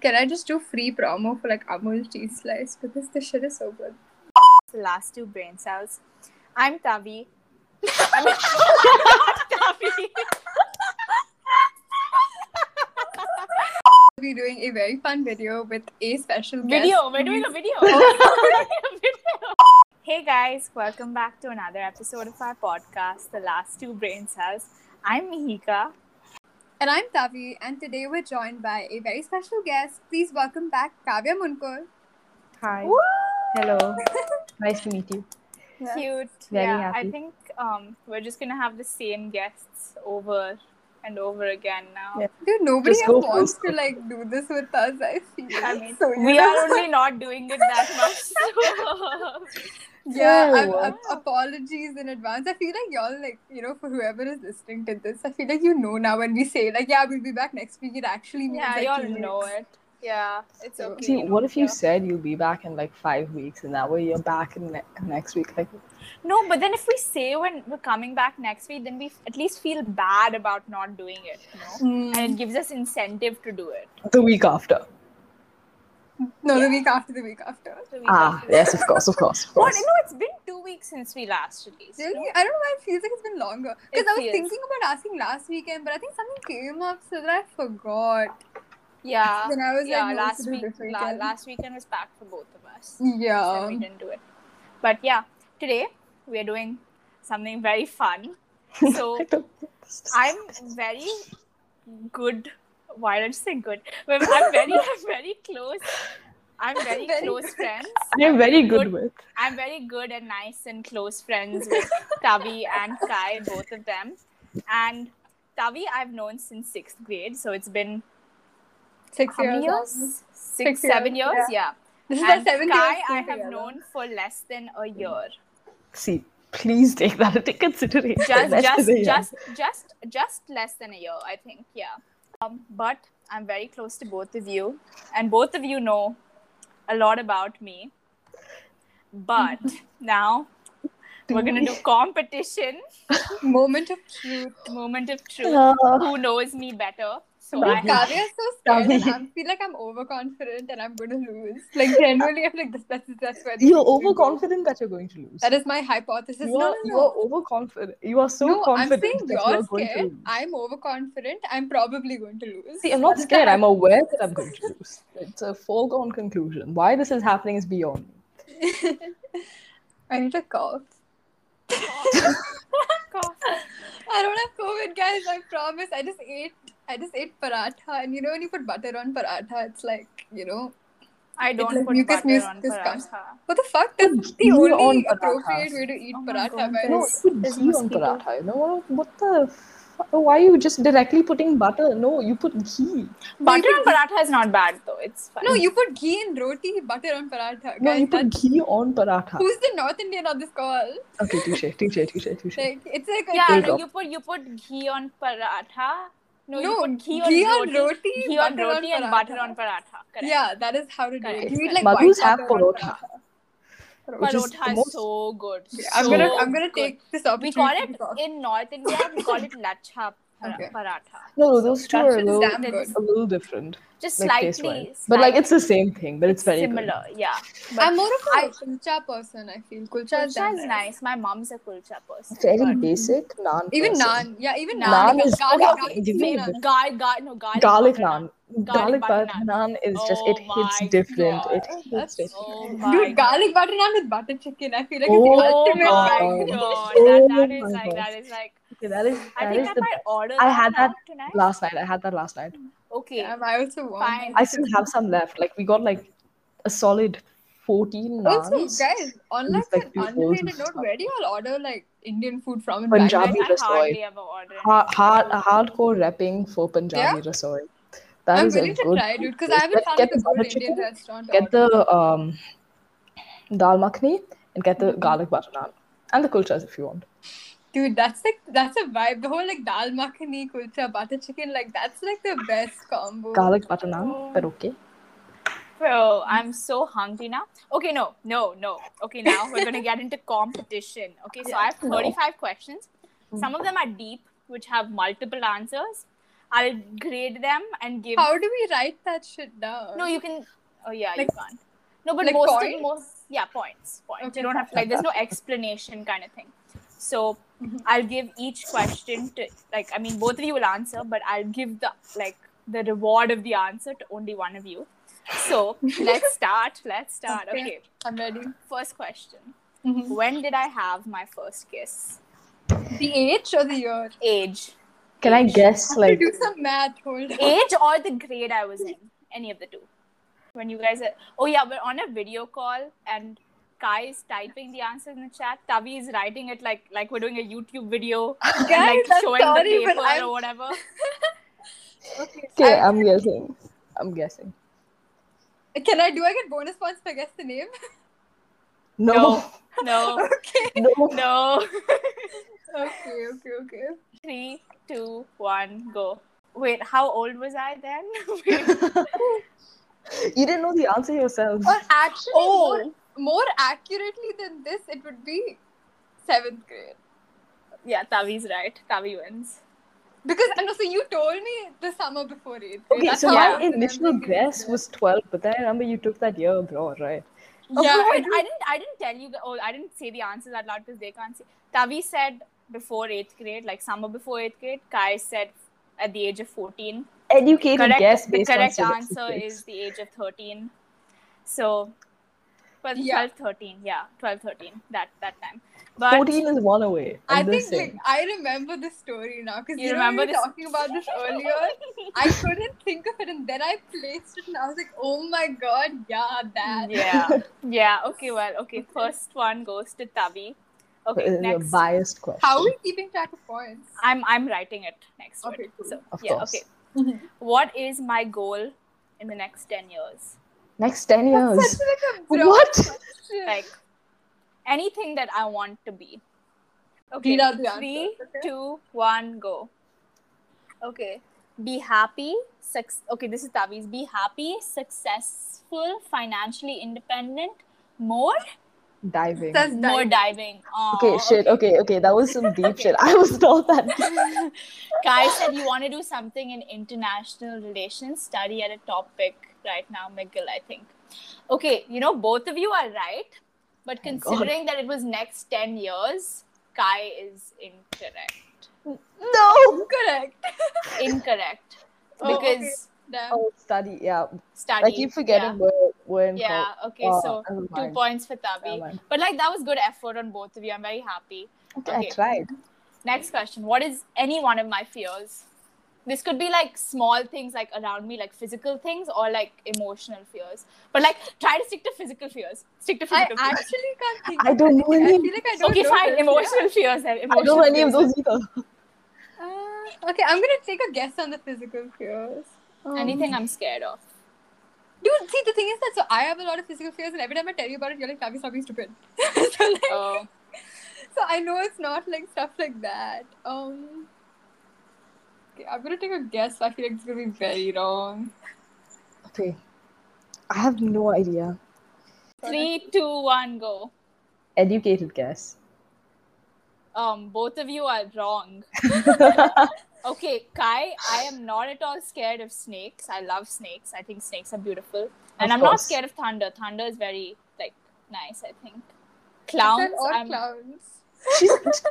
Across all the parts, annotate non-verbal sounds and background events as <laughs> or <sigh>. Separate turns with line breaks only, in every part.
Can I just do free promo for like Amul cheese slice because this shit is so good.
The last two brain cells. I'm Tavi.
We'll be doing a very fun video with a special guest.
Video. We're doing a video. <laughs> hey guys, welcome back to another episode of our podcast, The Last Two Brain Cells. I'm Mihika.
And I'm Tavi, and today we're joined by a very special guest. Please welcome back Kavya Munkor.
Hi.
Woo!
<laughs>
Hello. nice to meet you.
Cute.
Very
yeah, I
happy.
think um, we're just gonna have the same guests over and over again now.
Yeah.
Dude, nobody
Just
else
go for
wants to like do this with us. I feel.
I mean,
so
we
you
are
know,
only not doing it that much. so-
Yeah.
No.
I'm- I'm- apologies in advance. I feel like y'all like you know for whoever is listening to this, I feel like you know now when we say like yeah we'll be back next week. It actually means
yeah,
like,
you all
two weeks.
know it. Yeah, it's
So-
okay.
See,
you
what
know,
if you
yeah.
said you'll be back in like five weeks, and that way you're back in ne- next week? Like,
No, but then if we say when we're coming back next week, then we f- at least feel bad about not doing it, you know?
Mm.
And it gives us incentive to do it.
the week after.
No, the week after the week after.
So we
Ah,
can-
yes, of course, of course, of
What?
course.
No, it's been two weeks since we last released.
Really?
no?
I don't know why it feels like it's been longer. Because I
It
was
feels.
thinking about asking last weekend, but I think something came up so that I forgot.
Yeah.
then I was
Yeah,
like, no,
last
it's
week,
this
la-
weekend.
last weekend was packed for both of us.
yeah.
and we didn't do it. But yeah, today we are doing something very fun. So
<laughs> I don't think this is-
I'm very good. Why did I say good? Well, I'm very, <laughs> I'm very close. I'm very,
Very
close
good.
friends.
I'm very good
good-
with.
I'm very good and nice and close friends with Tavi and Kai, both of them. And Tavi, I've known since sixth grade, so it's been
Six
how
years.
many years?
old.
Six,
Six
seven
years,
years, yeah.
This is our
And
seventh
Kai,
year
I
school
have
together.
known for less than a year.
See, please take that into consideration.
<laughs> just
That's
just
the- yeah.
just just just less than a year i think yeah um, but i'm very close to both of you and both of you know a lot about me
<laughs>
but now we're gonna do competition
<laughs> Moment of truth.
moment of
<laughs> Oh.
truth
Uh,
who knows me better so
Wow.
I
Like,
have,
Kavya is so scared.
Kavya.
and I feel like I'm overconfident and I'm gonna lose. Like generally, I'm like this, that's that's where this
you're
is gonna go.
overconfident that you're going to lose.
That is my hypothesis.
You
no,
are,
no,
you
no.
are overconfident. You are so
no, I'm
confident
saying
that
you're,
you're going to
scared.
lose.
I'm overconfident. I'm probably going to lose.
See, I'm not
That's
scared.
the
I'm aware that I'm going to lose. It's a foregone conclusion. Why this is happening is beyond me.
I need a cough. I don't have COVID, guys. I promise. I just ate. I just ate paratha, and you know when you put butter on paratha, it's like you know
i don't
like
put
mucus
butter
mus-
on
this comes.
paratha.
what the fuck? That's the
Ghee
only
on parathas.
appropriate way to eat
Oh my
paratha.
God,
man.
No,
Yes,
you put
there's
ghee on
mosquito.
paratha. You know what? What the? F- why are you just directly putting butter? No, you put ghee.
butter on paratha is not bad though it's fine
No, you put ghee in roti, butter on paratha,
No,
guys.
you put
that's-
ghee on paratha.
who's the North Indian on this call?
Okay, touche, touche, touche, touche.
Like it's like a-
yeah
There you
no,
go.
you put you put ghee on paratha no, you
no
put ghee,
ghee
on, roti,
roti,
ghee on
butter on
roti and
paratha.
butter on paratha. Correct.
Yeah, that is how to do it.
Correct.
You eat
Correct.
like
Madhus
white
have
butter on
parotha,
paratha.
which is
Parotha
the
is
most-
so good.
Okay, I'm
so
gonna I'm gonna
good.
take this
We
opportunity.
call
to
it
cough.
in North India. We call it
<laughs>
lachha para-
Okay.
paratha.
No, no, those two
That
are a
shit's
little,
damn good.
a little different,
Just
like
slightly,
taste wise. But like, it's the same thing, but it's very good.
similar. Yeah, but
I'm more of a
I-
kulcha person. I feel kulcha,
kulcha
is,
is
damn
nice. My mom's a kulcha person.
Very
but-
basic naan.
Even
person.
naan, yeah, even
Naan
naan.
is-
garlic,
okay,
naan is
give me
so
a
nice.
bit.
Gar- gar- no, garlic,
garlic
butter
naan. Garlic,
butter
butter
naan.
naan, is just
Oh
it hits
my
different.
God.
It hits different.
Oh
Dude,
my
garlic butter naan with butter chicken. I feel like
Oh
it's the
Oh
ultimate.
my
God.
god,
Oh
that, that is
my
like
God.
that is like.
Okay, that is
I
that
think
is
I
the
might order.
I had
now tonight.
last night. I had that last night.
Okay,
Damn, I also want.
Fine.
that.
I still have some left. Like we got like a solid fourteen
Also,
naans.
guys, on like
like
an
two bowls
unrelated
of
note,
stuff.
where do y'all order like Indian food from in
Punjabi
Bangalore?
I
just
hardly ever order.
Ha- hard, hardcore rapping for Punjabi rasoi. That
I'm
is a
willing to
good.
try, dude, because I haven't
Let's
found
get
like a
the butter
good Indian
chicken,
restaurant. to
Get
order. <laughs>
the um, dal makhni and get the
Mm-hmm.
garlic butter naan and the kulchas if you want.
Dude, that's like that's a vibe. The whole like dal makhani, kulcha, butter chicken, like that's like the best combo.
Garlic butter
oh.
naan, but okay.
Bro, I'm so hungry now. Okay, no, no, no. Okay, now we're gonna get into competition. Okay, so I have
<laughs> No. Mm.
35 questions. Some of them are deep, which have multiple answers. I'll grade them and give.
How do we write that shit down?
No, you can. Oh yeah,
Like-
you can't. No, but
like
most
points?
of most yeah points points.
Okay,
you don't have to like. <laughs> There's no explanation kind of thing. So I'll give each question to like. I mean, both of you will answer, but I'll give the like the reward of the answer to only one of you. <laughs> So let's start. Let's start.
Okay.
Okay.
I'm ready. <laughs>
First question.
Mhm.
When did I have my first kiss?
The age or the year?
Age.
Can I
<laughs>
guess?
Like,
Like,
do some math. Hold on.
age or the grade I was in, any of the two. When you guys are, oh yeah, we're on a video call and Kai is typing the answers in the chat. Tavi is writing it like like we're doing a YouTube
<laughs>
video, and,
Guys,
like
I'm
showing
sorry,
the
but
paper
I'm- <laughs>
or whatever.
Okay.
okay,
I-
I'm guessing. I'm guessing.
can I do? I get bonus points if I guess the name.
No,
No,
no.
no.
Okay. Okay. Okay.
Three, two, one, go. Wait, how old was I then?
you didn't know the answer yourself.
Or actually,
oh,
more, more accurately than this, it would be seventh grade.
<laughs> yeah, Tavi's right. Tavi wins.
Because I know, so you told me the summer before eighth. grade.
Okay,
That's
so
how
my
I remember
initial
you.
guess was 12, but then I remember you took that year abroad, right?
Yeah,
Oh, yeah,
I
wait,
do-
I didn't. I didn't tell you. The, oh, I didn't say the answers out loud because they can't see. Tavi said before eighth grade, like summer before eighth grade. Kai said at the age of fourteen.
Educated
Correct.
guess
the
based
correct
on
answer is the age of thirteen. So, well,
Yeah.
12, 13. Yeah, 12, 13. That that time. But
14 is one away.
I
I'm
think
just
like
saying.
I remember this story now because
You
you, know,
remember
we were
this-
talking about this earlier.
<laughs>
I couldn't think of it, and then I placed it, and I was like, "Oh my god, yeah, that."
yeah, yeah. Okay, well, okay. First one goes to Tavi.
But
Okay,
it's
next.
a biased question.
How are we keeping track of points?
I'm I'm writing it next. to it.
Okay, cool. Mm-hmm.
So
Of
yeah,
course.
okay. What is my goal in the next 10 years?
Next 10
That's
years.
such like a broad
What?
question.
Like anything that I want to be. Okay,
Read out the
three,
answers, okay?
two, one, go. Okay, be happy. Suc- okay, this is Tavi's. Be happy, successful, financially independent, more,
Diving.
That's
more
nice.
diving. Oh, Aw,
Okay, shit. Okay, okay. That was some deep shit. <laughs> I was not that
<laughs>
deep.
Kai said you want to do something in international relations, study at a topic right now, McGill, I think. Okay, you know, both of you are right, but
Thank
considering that it was next 10 years, Kai is incorrect. Um,
No!
correct. <laughs>
Incorrect.
Oh, okay.
because
Damn.
Oh, study. Yeah.
study.
I keep forgetting
Yeah.
we're, we're in
Yeah,
college.
okay,
Oh,
so
never
two
mind.
points for Tavi.
Never mind.
But like that was good effort on both of you. I'm very happy.
Okay,
okay.
I tried.
Next question. What is any one of my fears? This could be like small things like around me, like physical things or like emotional fears. But like try to stick to physical fears. Stick to
I
<laughs> physical fears.
actually can't think.
I
of
don't
anything.
know
I
any-
feel like I don't
okay,
know
fine.
this.
Emotional fears then.
I
Emotional
don't know any of
fears.
those either.
Uh, okay, I'm gonna take a guess on the physical fears. Um,
Anything I'm
<laughs>
scared of.
Dude, see, the thing is that so I have a lot of physical fears, and every time I tell you about it, you're like, Tavi, stop being stupid. <laughs> so, like,
Oh,
so I know it's not like stuff like that. Um, okay, I'm gonna take a guess. I feel like it's gonna be very wrong.
Okay. I have no idea.
three, two, one, go.
Educated guess. <laughs>
Um, both of you are wrong. Okay, Kai, I am not at all scared of snakes. I love snakes. I think snakes are beautiful. And
Of
I'm not
course.
scared of thunder. Thunder is very like nice, I think.
Clowns
Clowns,
or
I'm
clowns?
She,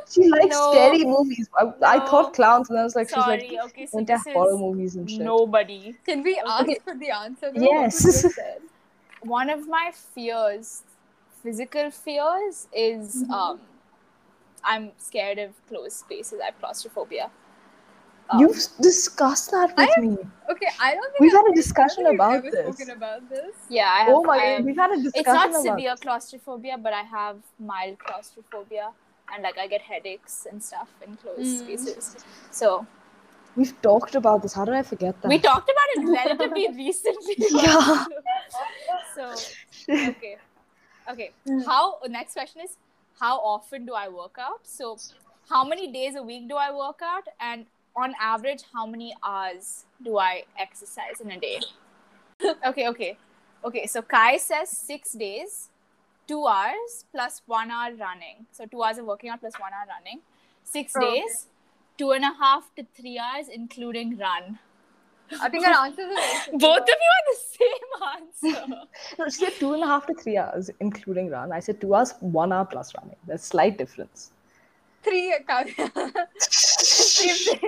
she likes
No.
scary movies. I, I
No.
thought clowns, and I was like,
sorry.
she's like,
okay, so
going to
this
have horror
is
movies and shit.
nobody.
Can we ask
Okay.
for the answer? though?
Yes.
What would you say?
One of my fears, physical fears, is
Mm-hmm.
Mhm.
um, I'm scared of closed spaces. I have claustrophobia. Um,
You've discussed that with
I-
me.
okay, I don't think
We've
I've- I
had a
don't
discussion
think we've
about
ever
this.
spoken about this.
<laughs> yeah, I have,
Oh my
I
god,
have-
we've had a discussion
it's not
about
severe claustrophobia, but I have mild claustrophobia, and like I get headaches and stuff in closed
Mm.
spaces. So
We've talked about this. How did I forget that? <laughs>
we talked about it relatively recently.
Yeah.
<laughs> so okay, okay. How next question is how often do I work out? So how many days a week do I work out, and on average, how many hours do I exercise in a day? <laughs> okay, okay, okay. So Kai says six days. two hours plus one hour running. So two hours of working out plus one hour running. Six
Oh, okay.
days, two and a half to three hours, including run.
I think our answers are very similar.
Both of you are the <laughs> same answer.
No, she said two and a half to three hours, including run. I said two hours, one hour plus running. There's slight difference.
three <laughs> accounts.
<laughs>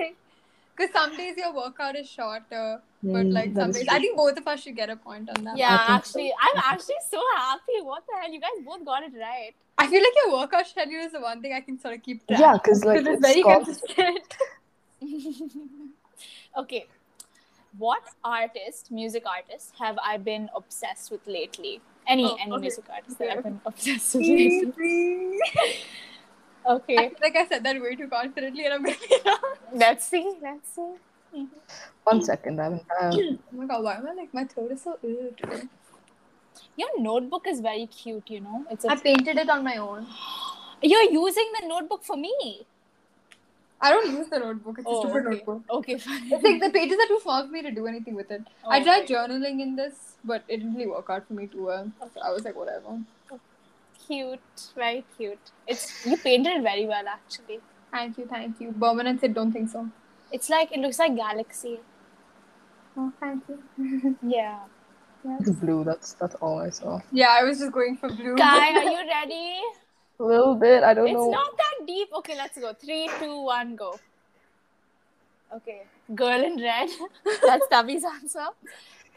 Because some days your workout is shorter, but
Mm,
like
that
some
is
days,
true.
I think both of us should get a point on that.
yeah,
think so.
actually, I'm actually so happy. What the hell? You guys both got it right.
I feel like your workout schedule is the one thing I can sort of keep track.
Yeah, because like
because it's
it's
very
called- <laughs>
consistent.
okay. What artist, music artist, have I been obsessed with lately? Any
Oh,
any
okay.
music artist
Okay,
that I've been obsessed with lately?
Easy. <laughs> I
Okay.
feel like I said that way too confidently, and I'm like, <laughs>
Let's see. Let's see.
one second. I'm, uh,
oh my god, why am I like my throat is so ill today?
Your notebook is very cute, you know. It's
I
a,
painted it on my own.
you're using the notebook for me.
I don't use the notebook. It's
Oh,
a stupid
okay.
notebook.
Okay, <laughs> fine.
It's like the pages are too small for me to do anything with it. I
Oh,
tried
okay.
journaling in this, but it didn't really work out for me too well. So I was like, whatever.
Cute, very cute. It's you painted it very well actually.
Thank you, thank you. Berman said, don't think so.
It's like it looks like galaxy.
Oh, thank you.
Yeah.
<laughs>
it's blue. That's that's all I saw.
Yeah, I was just going for blue.
Kai, are you ready?
A little bit. I don't
It's
know.
not that deep. Okay, let's go. Three, two, one, go. Okay. Girl in red. That's Tavi's answer.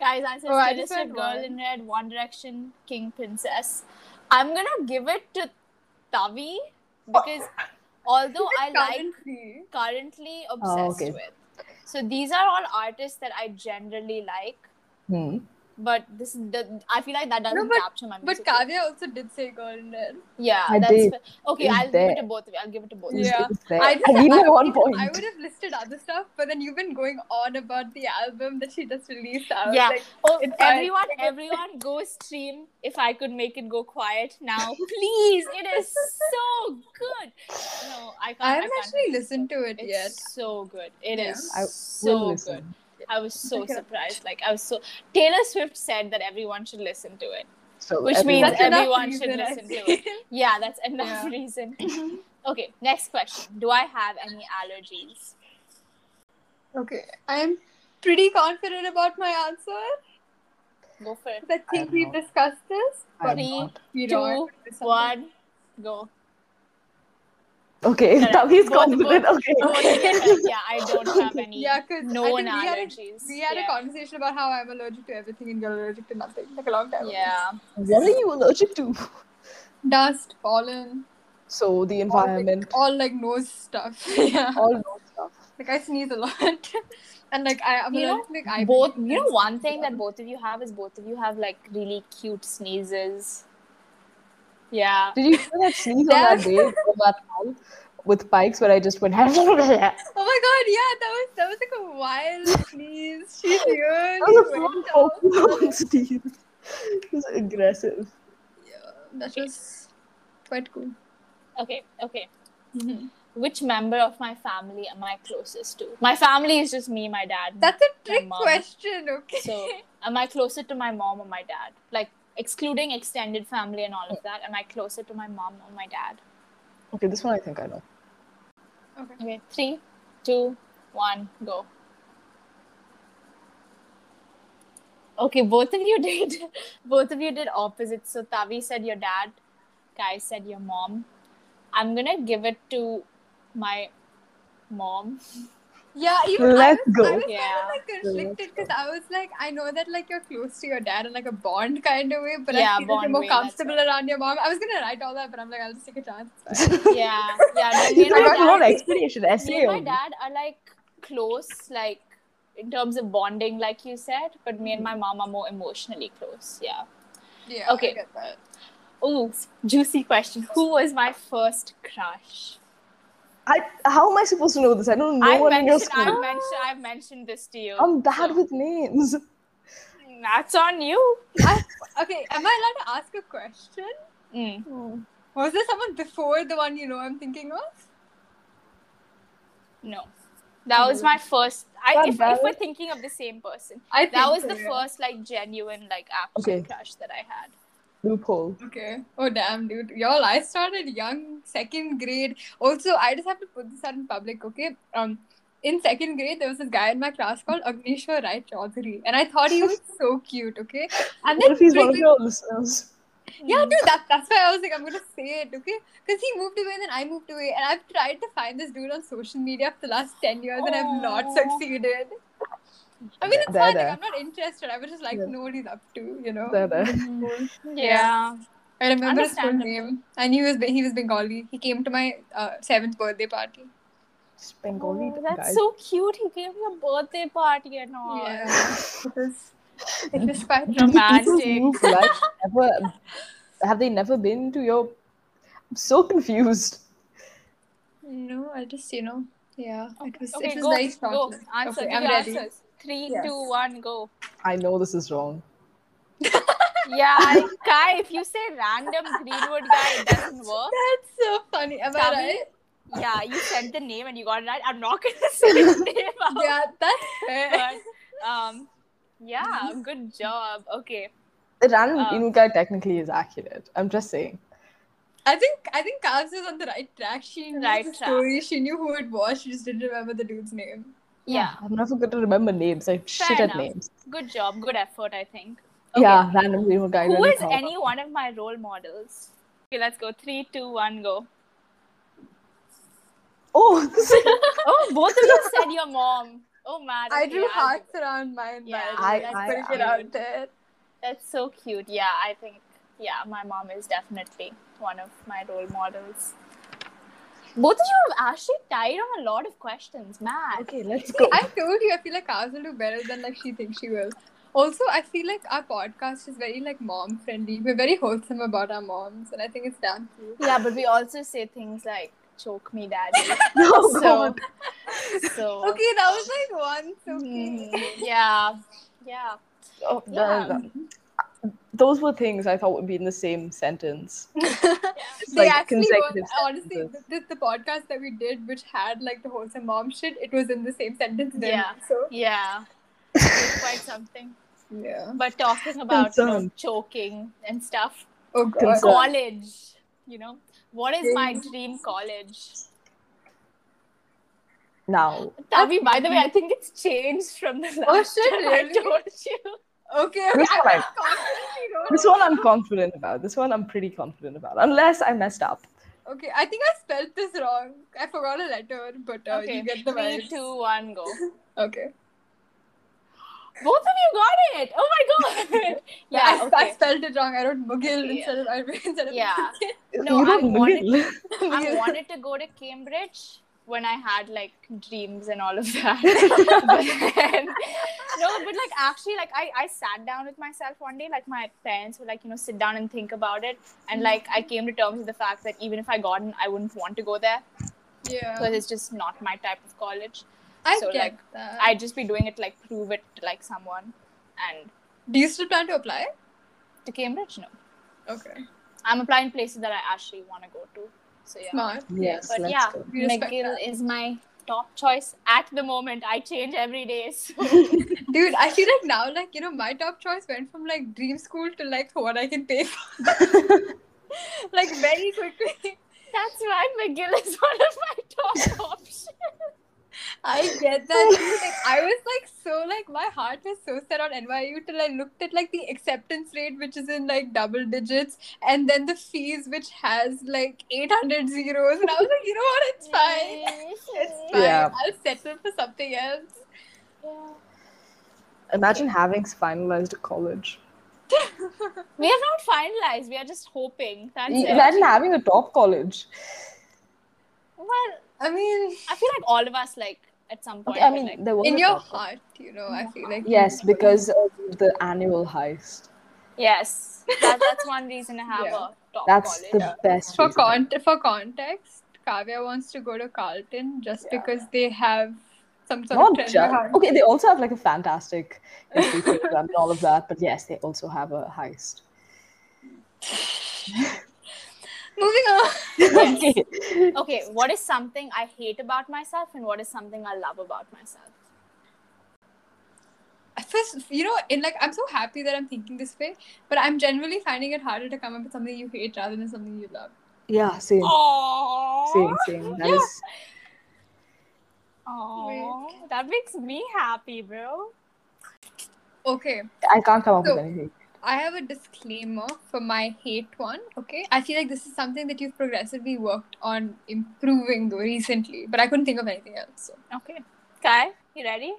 Guys, answer
Oh,
is
I just
Taylor
went
Swift, Girl
one.
in Red, One Direction, King Princess. I'm gonna give it to Tavi because although I like
Currently.
currently obsessed
Oh, okay.
with. So these are all artists that I generally like,
Hmm.
but this the, I feel like that doesn't
but-
capture my
But
music.
Kavya also did say girl in red.
yeah,
I
that's
did.
fa- okay.
It's
I'll give
there.
it to both of you. I'll give it to both. of you.
It's-
Yeah.
it's there.
I
I, <laughs>
just-
need my
I-
one point.
I would have listed other stuff, but then you've been going on about the album that she just released. I was
Yeah.
like,
Oh,
It's fine.
everyone, everyone, go stream. If I could make it go quiet
<laughs>
now, please. It is so good. No, I can't.
I haven't
can't
actually
resist
listened to it
It's
yet.
so good. It
Yeah.
is
I will
so
listen.
good. I was so
Okay.
surprised. Like I was so. Taylor Swift said that everyone should listen to it.
So
Which
everyone
means
can-
enough
everyone should
reason, I
listen to
<laughs> think.
Yeah, that's enough
Yeah. <laughs> Mm-hmm.
reason. okay, next question. Do I have any allergies?
Okay, I'm pretty confident about my answer.
Go for it.
I think
don't
we've
know.
discussed this.
I'm
Three,
not.
You
Two,
know, it's something-
One, go.
Okay, <laughs>
Correct.
now he's
Both-
confident.
both-
Okay.
Oh, yeah, <laughs> yeah, I don't have
<laughs>
any.
Yeah, because
no
I
one
think we had, a,
allergies.
we had
yeah.
a conversation about how I'm allergic to everything and you're allergic to nothing, like a long time ago.
Yeah.
<laughs> What are you allergic to?
Dust, pollen,
So the
all, like-
environment,
all like nose stuff. <laughs> yeah.
all those stuff.
Like I sneeze a lot, <laughs> and like I, I'm
You know,
allergic to like eye
both.
breathing
You know,
and
one
stuff
thing
like
that both of you have is both of you have like really cute sneezes. Yeah.
Did you feel that sneeze on that
<laughs>
day on that hall with Pikes where I just went? <laughs> that
<laughs> Oh my god, yeah, that was that was like a wild sneeze.
<gasps>
She
was
really
a full
went off.
<laughs> Pokemon sneeze. It was aggressive.
That was quite cool. Mm-hmm.
Okay. Okay. Which member of my family am I closest to? My family is just me, my dad.
That's a trick
mom.
question, okay?
so, am I closer to my mom or my dad? Like, excluding extended family and all of that, am I closer to my mom or my dad?
Okay, this one I think I know.
okay.
Okay, three, two, one, go. Okay, both of you <laughs> did. Both of you did opposites. So Tavi said your dad, Kai said your mom. I'm gonna give it to my mom.
Yeah, even
Let's
I was,
go.
I was
Yeah.
kind of like conflicted because I was like, I know that like you're close to your dad in like a bond kind of way, but
Yeah,
I feel like
bond
you're more
way, that's
comfortable around your mom. I was gonna write all that, but I'm like, I'll just take a chance. It's
<laughs>
fine.
Yeah, yeah. no, me and
I
my
got a lot of
dad-
explanation.
me and my
SEO.
dad are like close, like in terms of bonding, like you said. But me and my mom are more emotionally close. Yeah.
yeah.
Okay.
I get that.
Oh, juicy question. Who was my first crush?
I how am I supposed to know this? I don't know
I've
one Um, in your
mentioned,
school.
I've mentioned, I've mentioned this to you.
I'm bad with names.
That's on you.
Okay, am I allowed to ask a question?
Mm.
Was there someone before the one you know I'm thinking of?
No, that
Mm.
was my first. I,
Not
if,
bad.
if we're thinking of the same person,
I think
that was the
so, yeah.
first like genuine like actual
Okay.
crush that I had.
<laughs> loophole.
Okay. Oh damn, dude. Y'all, I started young, second grade. Also, I just have to put this out in public, okay? Um, in second grade, there was this guy in my class called Agnishwar Rai Chaudhary, and I thought he <laughs> was so cute, okay? And
What
then
if he's one of
freaking-
your listeners? Mm.
yeah, dude, that, that's why I was like, I'm gonna say it, okay? Because he moved away, and then I moved away, and I've tried to find this dude on social media for the last ten years, and I've not
Aw.
succeeded. I mean, it's
There,
fine. Like,
there.
I'm not interested. I was just like,
Yeah.
know what he's up to, you know?
There, there.
Yeah.
I remember his full
Understandable.
name. I knew he was, he was Bengali. He came to my uh, seventh birthday party.
It's Bengali
Oh, that's
guys. <laughs>
so cute. He gave me a birthday party and all.
Yeah. it was, it was <laughs> quite
Do
dramatic.
people's
romantic.
new lives ever have they never been to your? I'm so confused.
No, I just, you know, yeah. It was,
Okay,
it was
go,
nice
go.
talking.
Answer.
Okay,
give
I'm
your
ready.
answers. Three,
Yes.
two, one, go.
<laughs> I know this is wrong.
Yeah, I- Kai, if you say random Greenwood guy, it doesn't work.
That's so funny. Am
Tell
I
me.
right?
Yeah, you said the name and you got it right. I'm not gonna <laughs> say the name. out.
<laughs> Yeah, that's fair.
But, um, yeah, good job. Okay.
The random
Uh,
Greenwood guy technically is accurate. I'm just saying.
I think I think Kavs is on the right track. She knew
Right
the
track.
story. She knew who it was. She just didn't remember the dude's name.
Yeah.
I'm never good to remember names. I shit at
enough.
names.
Good job. Good effort, I think. Okay.
Yeah, random Greenwood guy.
Who
really
is
thought.
any one of my role models? Okay, let's go. Three, two, one, go.
Oh, <laughs> this is-
Oh, both of you said your mom. Oh, man.
I drew
yeah.
hearts around mine.
Yeah,
Yeah,
I-
I,
I-
putting it
I-
out there.
That's so cute. Yeah, I think. Yeah, my mom is definitely one of my role models. Both of you have actually tied on a lot of questions, man.
okay.
<laughs>
Let's go. <laughs>
I told you, I feel like ours will do better than like she thinks she will. Also, I feel like our podcast is very like mom friendly. We're very wholesome about our moms, and I think it's damn cute.
Yeah, but we also say things like "choke me, daddy."
<laughs>
Oh,
so,
God.
so
Okay, that was like once. Okay.
mm, yeah, yeah.
Oh, no,
Yeah.
no, no. Those were things I thought would be in the
<laughs>
same sentence. It's
they
like
actually were
consecutive
honestly
sentences.
the, the podcast that we did, which had like the wholesome mom shit. It was in the same sentence. Then,
Yeah.
So
Yeah, it's quite something.
yeah.
But talking about you know,
Concerned.
choking and stuff,
Oh god.
Concern.
college. You know, what is my dream college?
Now,
Tavi, by the way, I think it's changed from the last
shit,
time
Oh, really?
I told
<laughs>
you.
Okay. okay.
This
I
one I-
confidently wrote
this one I'm confident about. This one I'm pretty confident about, unless I messed up.
Okay, I think I spelled this wrong. I forgot a letter, but uh,
okay,
you get the
three,
vibes.
two, one, go.
Okay.
Both of you got it. Oh
<laughs>
my god. <laughs>
I,
yeah.
sp- I
Okay.
spelled it wrong. I wrote Mugil
Yeah.
instead of Arvind. Instead of
Yeah. No,
you
I
don't
wanted-
know. <laughs>
I wanted to go to Cambridge when I had like dreams and all of that. but then, no, but like actually, like I, I sat down with myself one day. Like my parents were like, you know, sit down and think about it. And like I came to terms with the fact that even if I got in, I wouldn't want to go there because
<laughs> Yeah.
it's just not my type of college.
I
so,
get
like,
that.
I'd just be doing it to, like prove it to like someone. And
Do you still plan to apply?
to Cambridge, no.
Okay.
I'm applying places that I actually want to go to. So yeah.
Smart.
Yes,
But
let's
yeah,
go.
We respect
McGill
that.
is my top choice at the moment. I change every day. So <laughs>
Dude, I feel like now, like, you know, my top choice went from like dream school to like what I can pay for. <laughs>
<laughs>
like, very quickly.
that's why McGill is one of my top <laughs> options.
I get that. dude. Like, I was like so like my heart was so set on NYU till I looked at like the acceptance rate, which is in like double digits, and then the fees, which has like 800 zeros, and I was like, you know what, it's fine. It's fine.
<laughs> Yeah.
I'll settle for something else.
Imagine having finalized college.
We are not finalized. We are just hoping. That's it.
Imagine having a top college.
well,
I mean,
I feel like all of us like at some point.
Okay, I
were
mean,
like,
there was
in
a
your
top college.
heart, you know, I feel like
Yes, because of the annual heist.
yes, that, that's one reason I
<laughs>
have
Yeah.
a top
That's
college.
the best.
for
reason.
con- for context, Kavya wants to go to Carlton just
Yeah.
because they have some sort
Not
of treasure
just
hunt.
okay. They also have like a fantastic history program and all of that, but yes, they also have a <laughs> heist.
Moving on.
Yes.
okay.
okay, what is something I hate about myself and what is something I love about myself?
I first, you know, in like, I'm so happy that I'm thinking this way, but I'm generally finding it harder to come up with something you hate rather than something you love.
Yeah, same.
Aww.
Same, same. That is-
Aww. That makes me happy, bro.
Okay,
I can't come up
So-
with anything.
I have a disclaimer for my hate one. Okay, I feel like this is something that you've progressively worked on improving though recently, but I couldn't think of anything else. So.
Okay. Kai, you ready?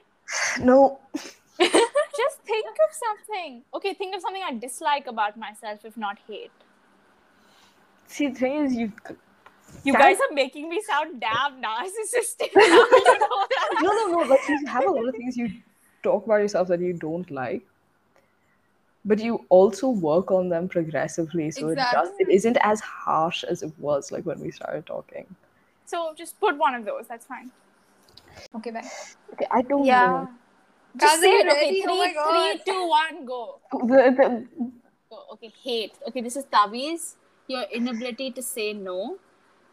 No.
Just think of something. Okay, think of something I dislike about myself, if not hate.
See, the thing is, you.
You
Kai-
guys are making me sound damn narcissistic. <laughs> now, you know that.
No, no, no. Like, you have a lot of things you talk about yourself that you don't like, but you also work on them progressively. So it, does, it
Exactly.
isn't as harsh as it was like when we started talking.
So just put one of those. That's fine.
Okay, bye.
Okay, I don't know.
Guys, are
Just say
you
it. Okay,
ready?
three,
Oh my God.
three, two, one, go.
The- the-
Go. Okay, hate. Okay, this is Taviz. Your inability to say no.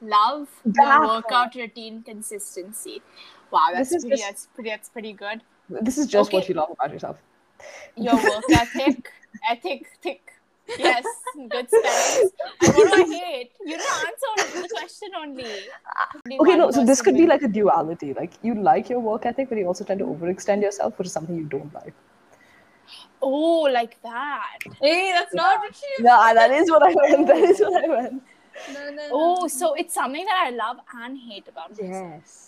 Love.
Yeah.
Your workout routine consistency. Wow, that's
This is
pretty,
just-
that's pretty. That's pretty good.
this is just what
Okay.
you love about yourself.
Your work ethic. ethic. Thick. Yes, good spelling. And what do I hate? You don't answer the question only. Only
Okay,
one
no, so this
person
could be
will-
like a duality. Like, you like your work ethic, but you also tend to overextend yourself, which is something you don't like.
Oh, like that.
Hey, that's not what she.
<laughs> Yeah, that is what I meant. That is what I meant.
No, no, no.
Oh, so it's something that I love and hate about myself.
Yes.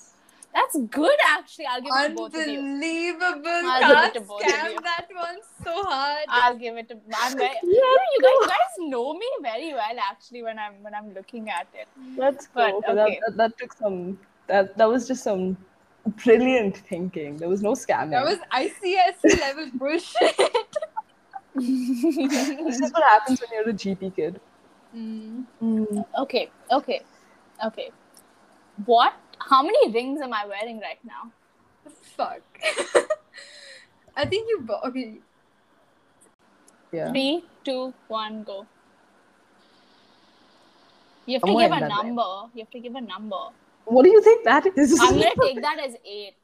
That's good, actually. I'll give it to both of you.
Unbelievable.
I'll give it
Can't
to both of you.
scam that one so hard.
I'll give it to. I'm very, you, know, you guys, you guys know me very well, actually. When I'm when I'm looking at it,
Let's
But,
go. But that,
okay.
that, that took some. That that was just some brilliant thinking. There was no scamming.
That was ICSC E level bullshit.
<laughs>
<laughs>
this is what happens when you're a GP kid.
Mm.
okay, okay, okay. What? How many rings am I wearing right now?
Fuck. <laughs> I think you. Bo- okay.
Yeah.
Three, two, one, go. You have to
I'm
give
wearing
a
that ring.
number. You have to give a number.
What do you think that is? <laughs>
I'm gonna take that as eight.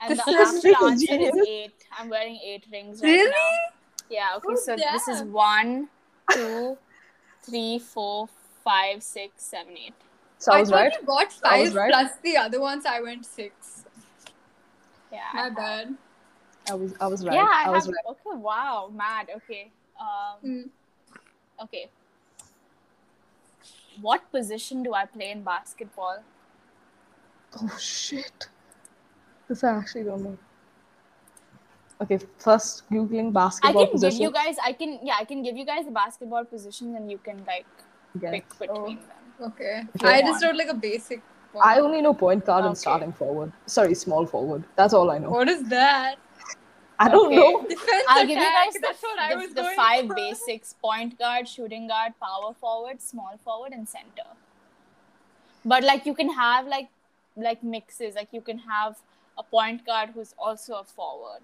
And
This
the
is
actual
freaking
answer is
genius.
eight. I'm wearing eight rings right
Really?
now. Yeah, okay,
Oh,
so this is
damn.
one, two, three, four, five, six, seven, eight.
So I was
thought
right.
you got
I was
five
right.
plus the other ones. I went six.
Yeah.
My bad.
I was I was right.
Yeah, I,
I, was
have
right.
okay, wow, mad. Okay. Um
Mm.
okay. What position do I play in basketball?
Oh shit. This I actually don't know. Okay, first googling
I
basketball
can
position.
give you guys I can yeah, I can give you guys the basketball positions and you can like
Yeah.
pick between them.
Okay.
If you
I
want.
just wrote like a basic. One.
Oh. I only know point guard and
Okay.
starting forward. Sorry, small forward. That's all I know.
What is
<laughs>
that?
I don't
Okay.
know.
Defense
I'll give you
attack,
guys the,
That's what I
the-
was
the
going
five
for.
basics point guard, shooting guard, power forward, small forward, and center. But like you can have like like mixes, like you can have a point guard who's also a forward,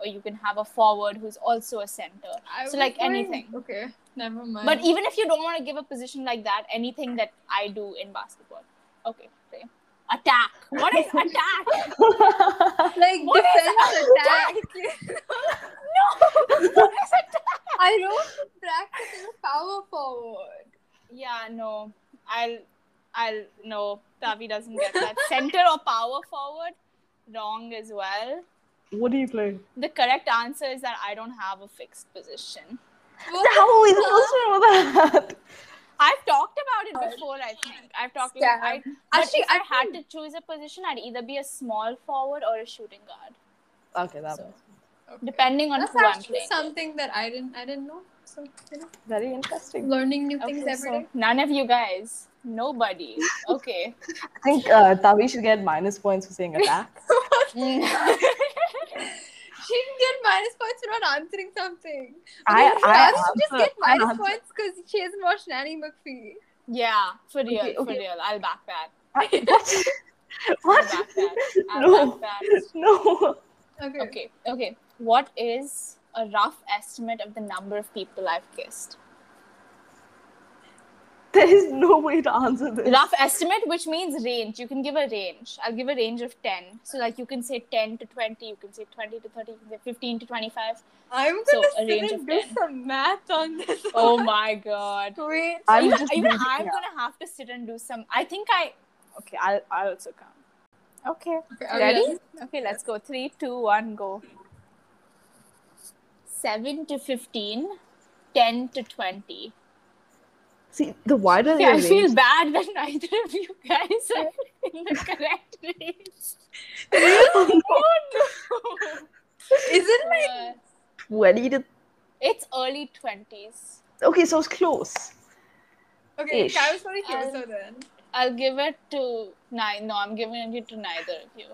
or you can have a forward who's also a center.
I
So,
was
like,
going-
anything.
Okay. Never mind.
But even if you don't want to give a position like that, anything that I do in basketball. Okay, same. Attack. What is attack?
like
What is
defense attack.
<laughs> no. What is attack?
I wrote practicing power
<laughs>
forward.
Yeah, no. I'll I'll no, Tavi doesn't get <laughs> that. Center or power forward? Wrong as well.
What do you play?
The correct answer is that I don't have a fixed position.
What
How are we supposed to know that?
I've talked about it before, I think. I've talked about
Scam.
I, Actually,
Actually,
if I,
I
had to choose a position, I'd either be a small forward or a shooting guard,
Okay, that
So-
was
Okay.
depending on
That's
who I'm
actually
playing.
something that I didn't I didn't know. So you know,
very interesting.
learning new
Okay,
things every
so
day. <laughs>
none of you guys, nobody.
<laughs>
Okay.
I think uh, Tavi should get minus points for
<laughs>
saying attack.
She didn't get minus points for not answering something.
I,
Okay,
I
Rav should just
answer-
get minus
I answer-
points because she hasn't watched Nanny McPhee.
yeah, for real,
Okay,
for
okay.
real. I'll back that.
I- What?
<laughs> I'll
what?
back
<laughs>
that. I'll back that.
No. No.
Okay.
Okay, okay. What is a rough estimate of the number of people I've kissed?
There is no way to answer this.
Rough estimate, which means range. You can give a range. I'll give a range of 10. So, like, you can say 10 to 20, you can say 20 to 30, you can say 15 to
<laughs>
25.
I'm
So,
gonna
a range
sit and
of
do
10.
some math on this. <laughs>
Oh my god.
Wait.
I'm
even
just
even
losing
I'm
out.
gonna have to sit and do some. I think I. Okay, I'll, I'll also count. Okay.
Okay,
Ready? Okay, let's go. Three, two, one, go. 7 to 15, 10 to 20.
See, the wider
Okay, I
your
feel
range,
bad that neither of you guys are <laughs> in the correct range.
<laughs>
Oh,
Isn't
no.
like
Uh,
twenty to
it's early 20s.
okay, so it's close.
okay?
Ish.
I was very closer
Um,
then.
I'll give it to nine. No, I'm giving it to neither of you.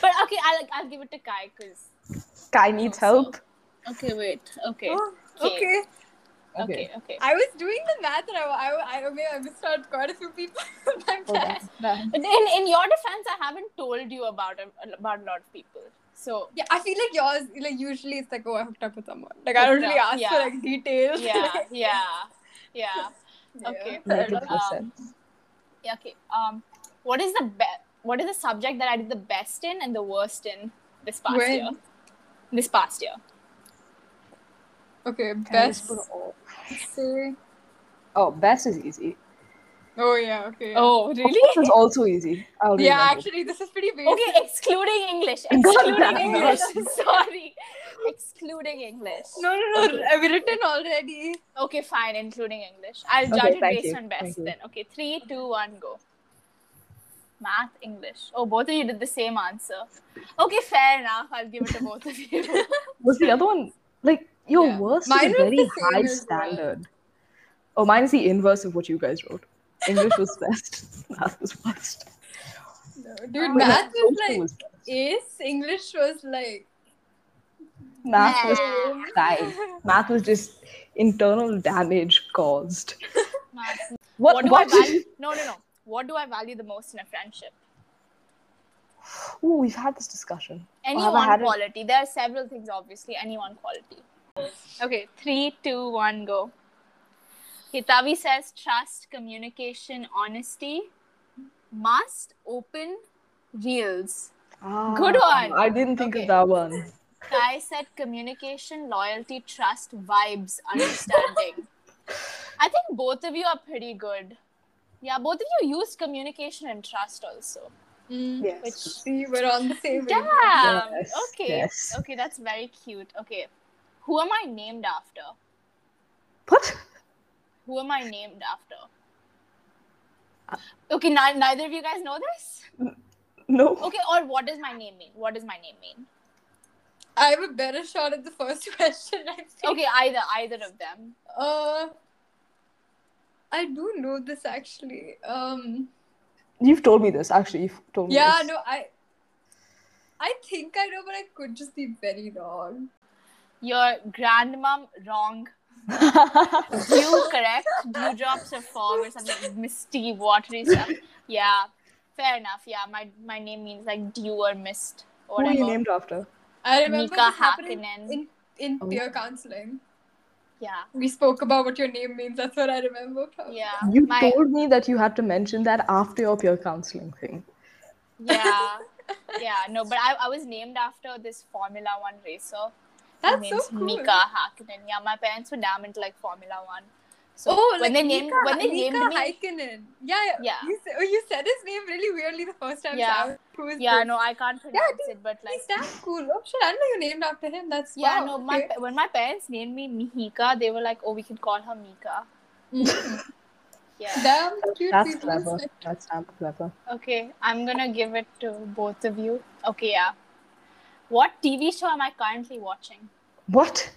But okay, I'll, I'll give it to Kai because.
Kai needs
Oh,
help.
Okay, wait. Okay.
Oh,
Okay.
okay.
Okay, okay.
I was doing the math and I, I, I, I, mean, I missed out quite a few people. <laughs> My
Oh,
bad.
that's, that.
But in, in your defense, I haven't told you about a, about a lot of people. So
Yeah, I feel like yours, like usually it's like, oh, I hooked up with someone. Like, I don't
Hooked
really
up,
ask for
yeah.
like details.
yeah,
Like,
yeah, yeah.
yeah.
Okay.
Fair
That
enough.
makes no
Um,
sense.
Yeah, okay. Um, what is the be- what is the subject that I did the best in and the worst in this past
When?
year? This past year.
Okay,
Can I
best.
just put all-
say-
Oh, best is easy.
Oh, yeah, <laughs> okay.
Oh,
This is also easy. I'll
yeah,
remember.
actually, this is pretty basic.
Okay, excluding
<laughs>
English.
God
Excluding
damn
English.
it.
<laughs> Sorry. Excluding English.
No, no, no. I've written already.
Okay, fine, including English. I'll
Okay,
judge it
thank
based
you,
on
thank
best
you.
then. Okay, three, two, one, go. Math, English. Oh, both of you did the same answer. Okay, fair enough. I'll give it to both of you.
<laughs> Was the other one like your
Yeah.
worst
Mine
is
was
a very
the same
high
as well.
standard. Oh, mine is the inverse of what you guys wrote. English was best. <laughs> Math was worst.
No, dude,
Oh,
math
no,
was
social
like
was best.
ace, English was like.
Math was
Nah.
fine. Math was just internal damage caused.
Math.
What?
do
what?
I value? No, no, no. What do I value the most in a friendship?
Ooh, we've had this discussion.
Any
have I
one
had it?
quality. There are several things, obviously. Any one quality. Okay, three, two, one, go. Hitavi says trust, communication, honesty, must, open, reels.
Ah,
Good one.
I didn't think
Okay.
of that one.
Kai said communication, loyalty, trust, vibes, understanding. I think both of you are pretty good. Yeah, both of you used communication and trust also.
Mm,
Yes.
Which-
We were on the same.
Damn.
wavelength.
Yes,
okay.
yes.
Okay, that's very cute. Okay. Who am I named after?
What?
Who am I named after?
Uh,
Okay, ni- neither of you guys know this?
No.
Oh.
Okay, or what does my name mean? What does my name mean?
I have a better shot at the first <laughs> question. I think.
Okay, either either of them.
Uh, I do know this actually. Um,
You've told me this. Actually, you've told me.
yeah,
this.
no, I. I think I know, but I could just be very wrong.
Your grandmom wrong. Dew correct. Dewdrops are fog or something misty, watery stuff. Yeah. Fair enough. Yeah, my my name means like dew or mist or
Who are you
whatever.
named after?
I remember
Mika
this happening
Hakkinen.
in in
Oh.
peer counseling.
Yeah.
We spoke about what your name means. That's what I remember. Probably.
Yeah.
<laughs>
You
Uh, my,
told me that you had to mention that after your peer counseling thing.
Yeah. Yeah. No, but I, I was named after this Formula One racer. Her
That's so
name's
cool.
Mika Hakkinen. Yeah, my parents were damn into like Formula One. So
Oh,
when
like
they named
Mika,
when they
Mika
named me,
Häkkinen. Yeah, yeah.
Yeah.
You, sa- oh, you said his name really weirdly the first time.
Yeah.
Sam. Who is
yeah,
this?
no, I can't
Yeah, I
pronounce it, but like
He's that cool. Oh shit, I don't know you named after him. That's
Yeah,
wow,
no, my
okay.
pa- when my parents named me Mihika, they were like, "Oh, we can call her Mika."
Mm-hmm.
Mm.
Yeah.
Damn cute
That's
people.
clever. That's damn clever.
okay, I'm gonna give it to both of you. Okay, yeah. What TV show am I currently watching?
What?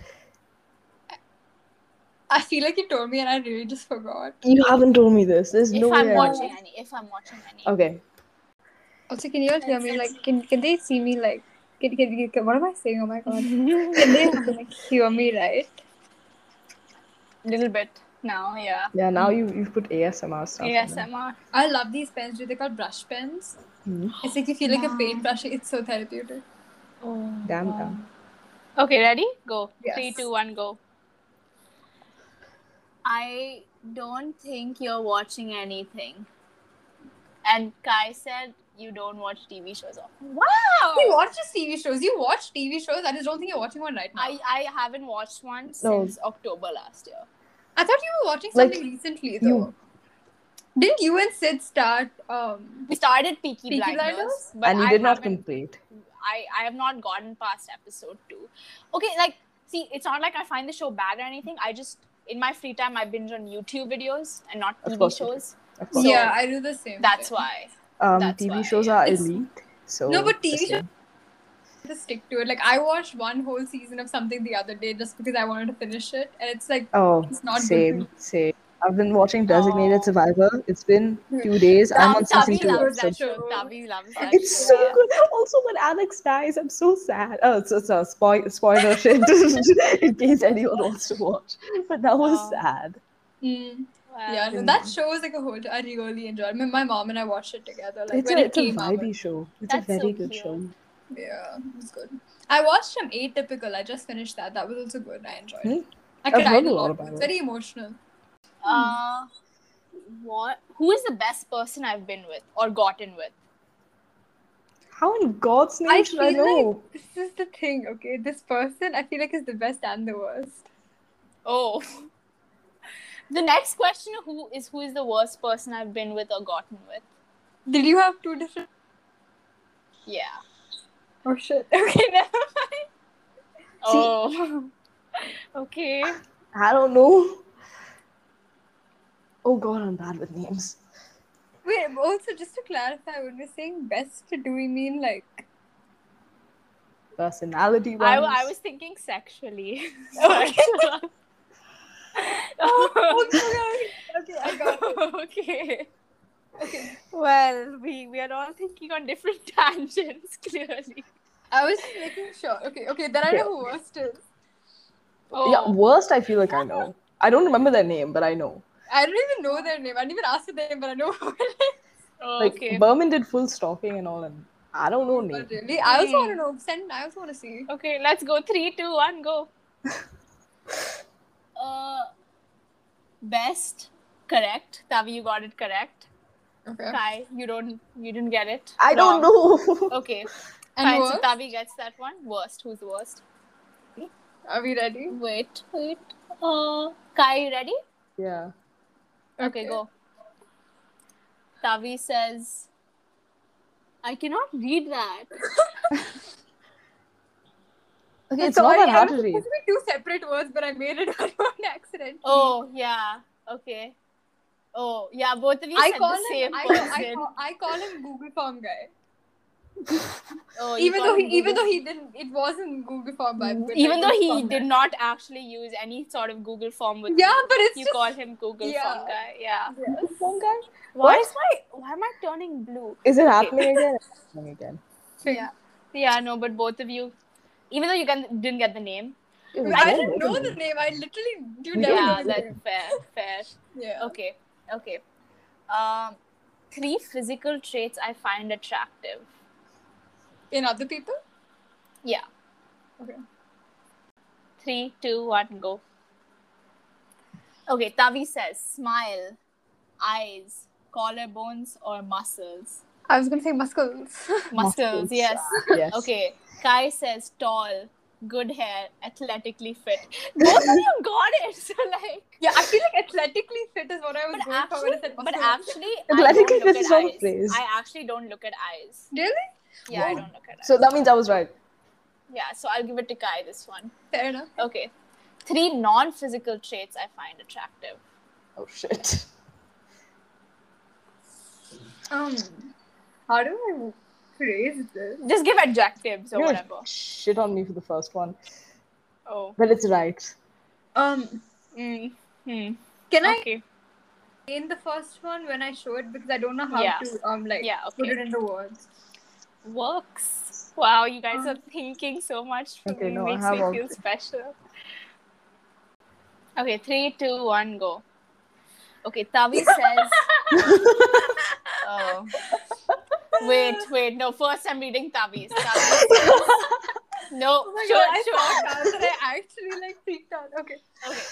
I feel like you told me and I really just forgot.
You haven't told me this. There's no
if I'm
way. I-
watching any, if I'm watching any.
Okay.
Also, can you all hear me? Like, can can they see me? Like, can, can, can what am I saying? Oh my god, can
<laughs>
they like hear me? Right?
Little bit now, yeah.
Yeah. Now you you put ASMR stuff. in there.
ASMR.
I love these pens. Do they call brush pens?
Hmm.
It's like you feel like
Wow.
a paint brushing. It's so therapeutic.
Oh,
Damn,
wow.
damn.
Okay, ready? Go.
Yes.
Three, two, one, go. I don't think you're watching anything. And Kai said you don't watch TV shows often.
He
Wow!
watches TV shows. You watch TV shows. I just don't think you're watching one right now. I,
I, I haven't watched one
No.
since October last year.
I thought you were watching
Like,
something recently though.
you-
Didn't you and Sid start? Um,
We started Peaky,
Peaky
Blinders,
Blinders?
but
and you
I
did not
haven't-
complete.
I, I have not gotten past episode two. Okay, like, see, it's not like I find the show bad or anything. I just, in my free time, I binge on YouTube videos and not
Of
TV
course you do.
shows.
Of course.
yeah, I do the same.
That's
thing.
why.
um,
that's
TV
why,
shows
yeah.
are
It's-
elite. So
No, but TV
the same.
to stick to it. Like I watched one whole season of something the other day just because I wanted to finish it, and it's like
Oh,
It's not good
same, same. I've been watching Designated
Oh.
Survivor. It's been two days. I'm on
Tavi
season two.
loves
episode
that show.
episode.
Tavi loves that
It's
show.
so good. Also, when Alex dies, I'm so sad. Oh, it's, it's a spoil- spoiler <laughs> shit in case anyone wants to watch. But that was
Oh.
sad.
mm,
Wow.
yeah. No,
Um,
that show was like a whole. I really enjoyed. it. My- My mom and I watched it together. Like
it's
when
a,
it
it's a
came out.
vibey show. It's
That's
a
so
very good
cute.
show.
Yeah, it was good. I watched some Atypical. I just finished that. That was also good. I enjoyed it. I
I've
cried
heard
a lot.
a lot about
it's
it.
very emotional.
Uh, what? Who is the best person I've been with or gotten with?
How in God's name
I
should I
feel
know?
This is the thing, okay? This person I feel like is the best and the worst.
Oh. <laughs> The next question who is who is the worst person I've been with or gotten with?
Did you have two different?
Yeah. <laughs>
Oh shit. <laughs> Okay, never
Oh. <laughs> okay.
I don't know. Oh God, I'm bad with names.
Wait, also just to clarify, when we're saying best, do we mean <laughs> like
Personality
I,
wise.
I was thinking sexually. <laughs>
Okay.
<laughs> oh,
okay, I got it.
okay. Well, we, we are all thinking on different <laughs> tangents, clearly.
I was just making sure. Okay, okay, then I know who worst is.
Oh,
Yeah, worst I feel like I know. I don't remember their name, but I know.
I don't even know their name. I didn't even ask for their name, but I know who it is.
Like
Oh, okay.
Berman did full stalking and all, and I don't know name.
But really, I also
Hmm.
want to know. Send. I also want to see.
Okay, let's go. Three, two, one, go. <laughs> uh, best, correct. Tavi, you got it correct.
Okay.
Kai, you don't, you didn't get it.
I don't
Wrong.
know.
Okay,
And
fine. So
worst?
Tavi gets that one. Worst. Who's the worst?
Are we ready?
Wait, wait. Uh, Kai, you ready?
<laughs> yeah.
Okay, go. Tavi says, "I cannot read that."
Okay, it's
Sorry,
not that
I
hard
was
to read.
supposed to be two separate words, but I made it <laughs> one accidentally.
Oh yeah. Okay. Oh yeah. Both of you
I
said
call
the same
him. I,
person.
I, call, I call him Google Form guy.
Oh, you
Even
call
though he,
him
even
Google-
though he didn't, it wasn't Google Form guy. but like
even though
Google
he
Form
did
guy.
not actually use any sort of Google form with
Yeah,
him,
but it's
you
just
call him Google
Yeah.
form guy. Yeah.
One guy?
Why
What?
is my why am I turning blue?
Is it
<laughs>
happening again? It's happening again.
Yeah.
Yeah, no, but both of you, even though you can, didn't get the name.
It was
I
all
didn't
over
know
me.
the name. I literally you
Yeah,
never
yeah,
know the
that's
name.
fair, fair.
Yeah.
Okay, okay. Um, three physical traits I find attractive.
In other people?
Yeah.
Okay.
Three, two, one, go. Okay, Tavi says smile, eyes, collarbones, or muscles.
I was gonna say muscles. <laughs>
Muscles, yes.
yes.
Okay, Kai says tall, good hair, athletically fit. Both of you got it. <laughs> So like,
yeah, I feel like athletically fit is what I was going
but
for when
actually,
I said muscles.
but actually,
Athletically
I don't
fit
look
is
at
not a
eyes.
phrase.
I actually don't look at eyes.
really?
Yeah, I
Wow.
don't look at eyes.
So that means I was right.
yeah, so I'll give it to Kai this one.
Fair enough.
Okay, three non-physical traits I find attractive.
Oh shit.
Um, how do I phrase this?
Just give adjectives or
You're
whatever.
Shit on me for the first one,
Oh.
but
<laughs>
it's right.
Um,
Mm. Hmm.
can I
Okay.
in the first one when I show it because I don't know how
Yeah.
to um like
Yeah,
put
okay.
it into words.
Works. Wow, you guys
Oh.
are thinking so much.
Okay,
It
no, I
makes
have
me
all
feel special. Okay, three, two, one, go. Okay,
<laughs>
Tavi says. oh. Wait, wait. No, first I'm reading
<laughs>
Tavi's. Tavi says... No,
Oh my
sure,
God, I
sure. <laughs>
found out that I actually like freaked out. Okay.
Okay.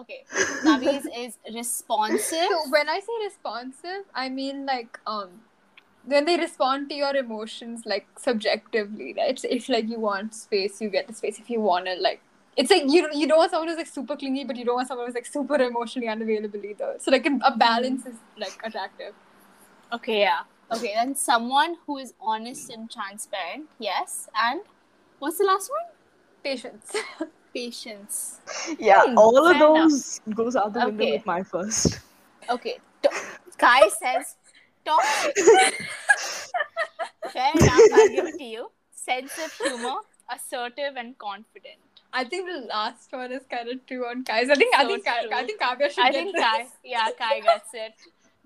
okay. Naviz is responsive.
<laughs> So when I say responsive, I mean like um when they respond to your emotions like subjectively, right? So if like you want space, you get the space. If you wanna like it's like you you don't want someone who's like super clingy, but you don't want someone who's like super emotionally unavailable either. So like a balance
Hmm.
is like attractive.
Okay, yeah. Okay, then someone who is honest and transparent. Yes. And what's the last one?
Patience.
Patience.
Yeah,
Hmm,
all of
fair enough.
those goes out the window
Okay.
with my first.
Okay. To- Kai says toxic.
<laughs>
Fair enough, I'll give it to you. Sense of humor, assertive and confident.
I think the last one is kind of true on Kai's. I think I
So
think Kai,
true.
I think Kavya should
I
get
think
this.
Kai. Yeah, Kai gets it.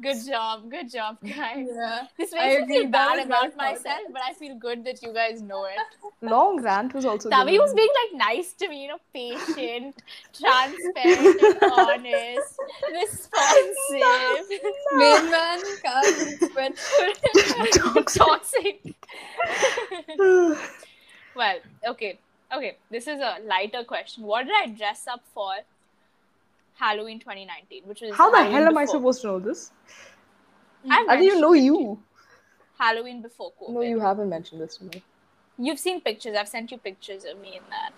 Good job. Good job, Kai.
Yeah.
This
I
makes me
agree,
feel
that
bad
was
about
well thought
myself, but I feel good that you guys know it.
Long rant was also.
Tavi
given.
was being like nice to me, you know, patient, transparent, and
<laughs>
honest, responsive,
Main man, Kai, <laughs>
<laughs>
but
toxic. well, okay, okay. This is a lighter question. What did I dress up for Halloween 2019? Which was
<sighs> How the
Halloween
hell am I
before-
supposed to know this?
I've
I didn't even know
mentioned it.
you.
Halloween before COVID.
No, you haven't mentioned this to me.
You've seen pictures. I've sent you pictures of me in that.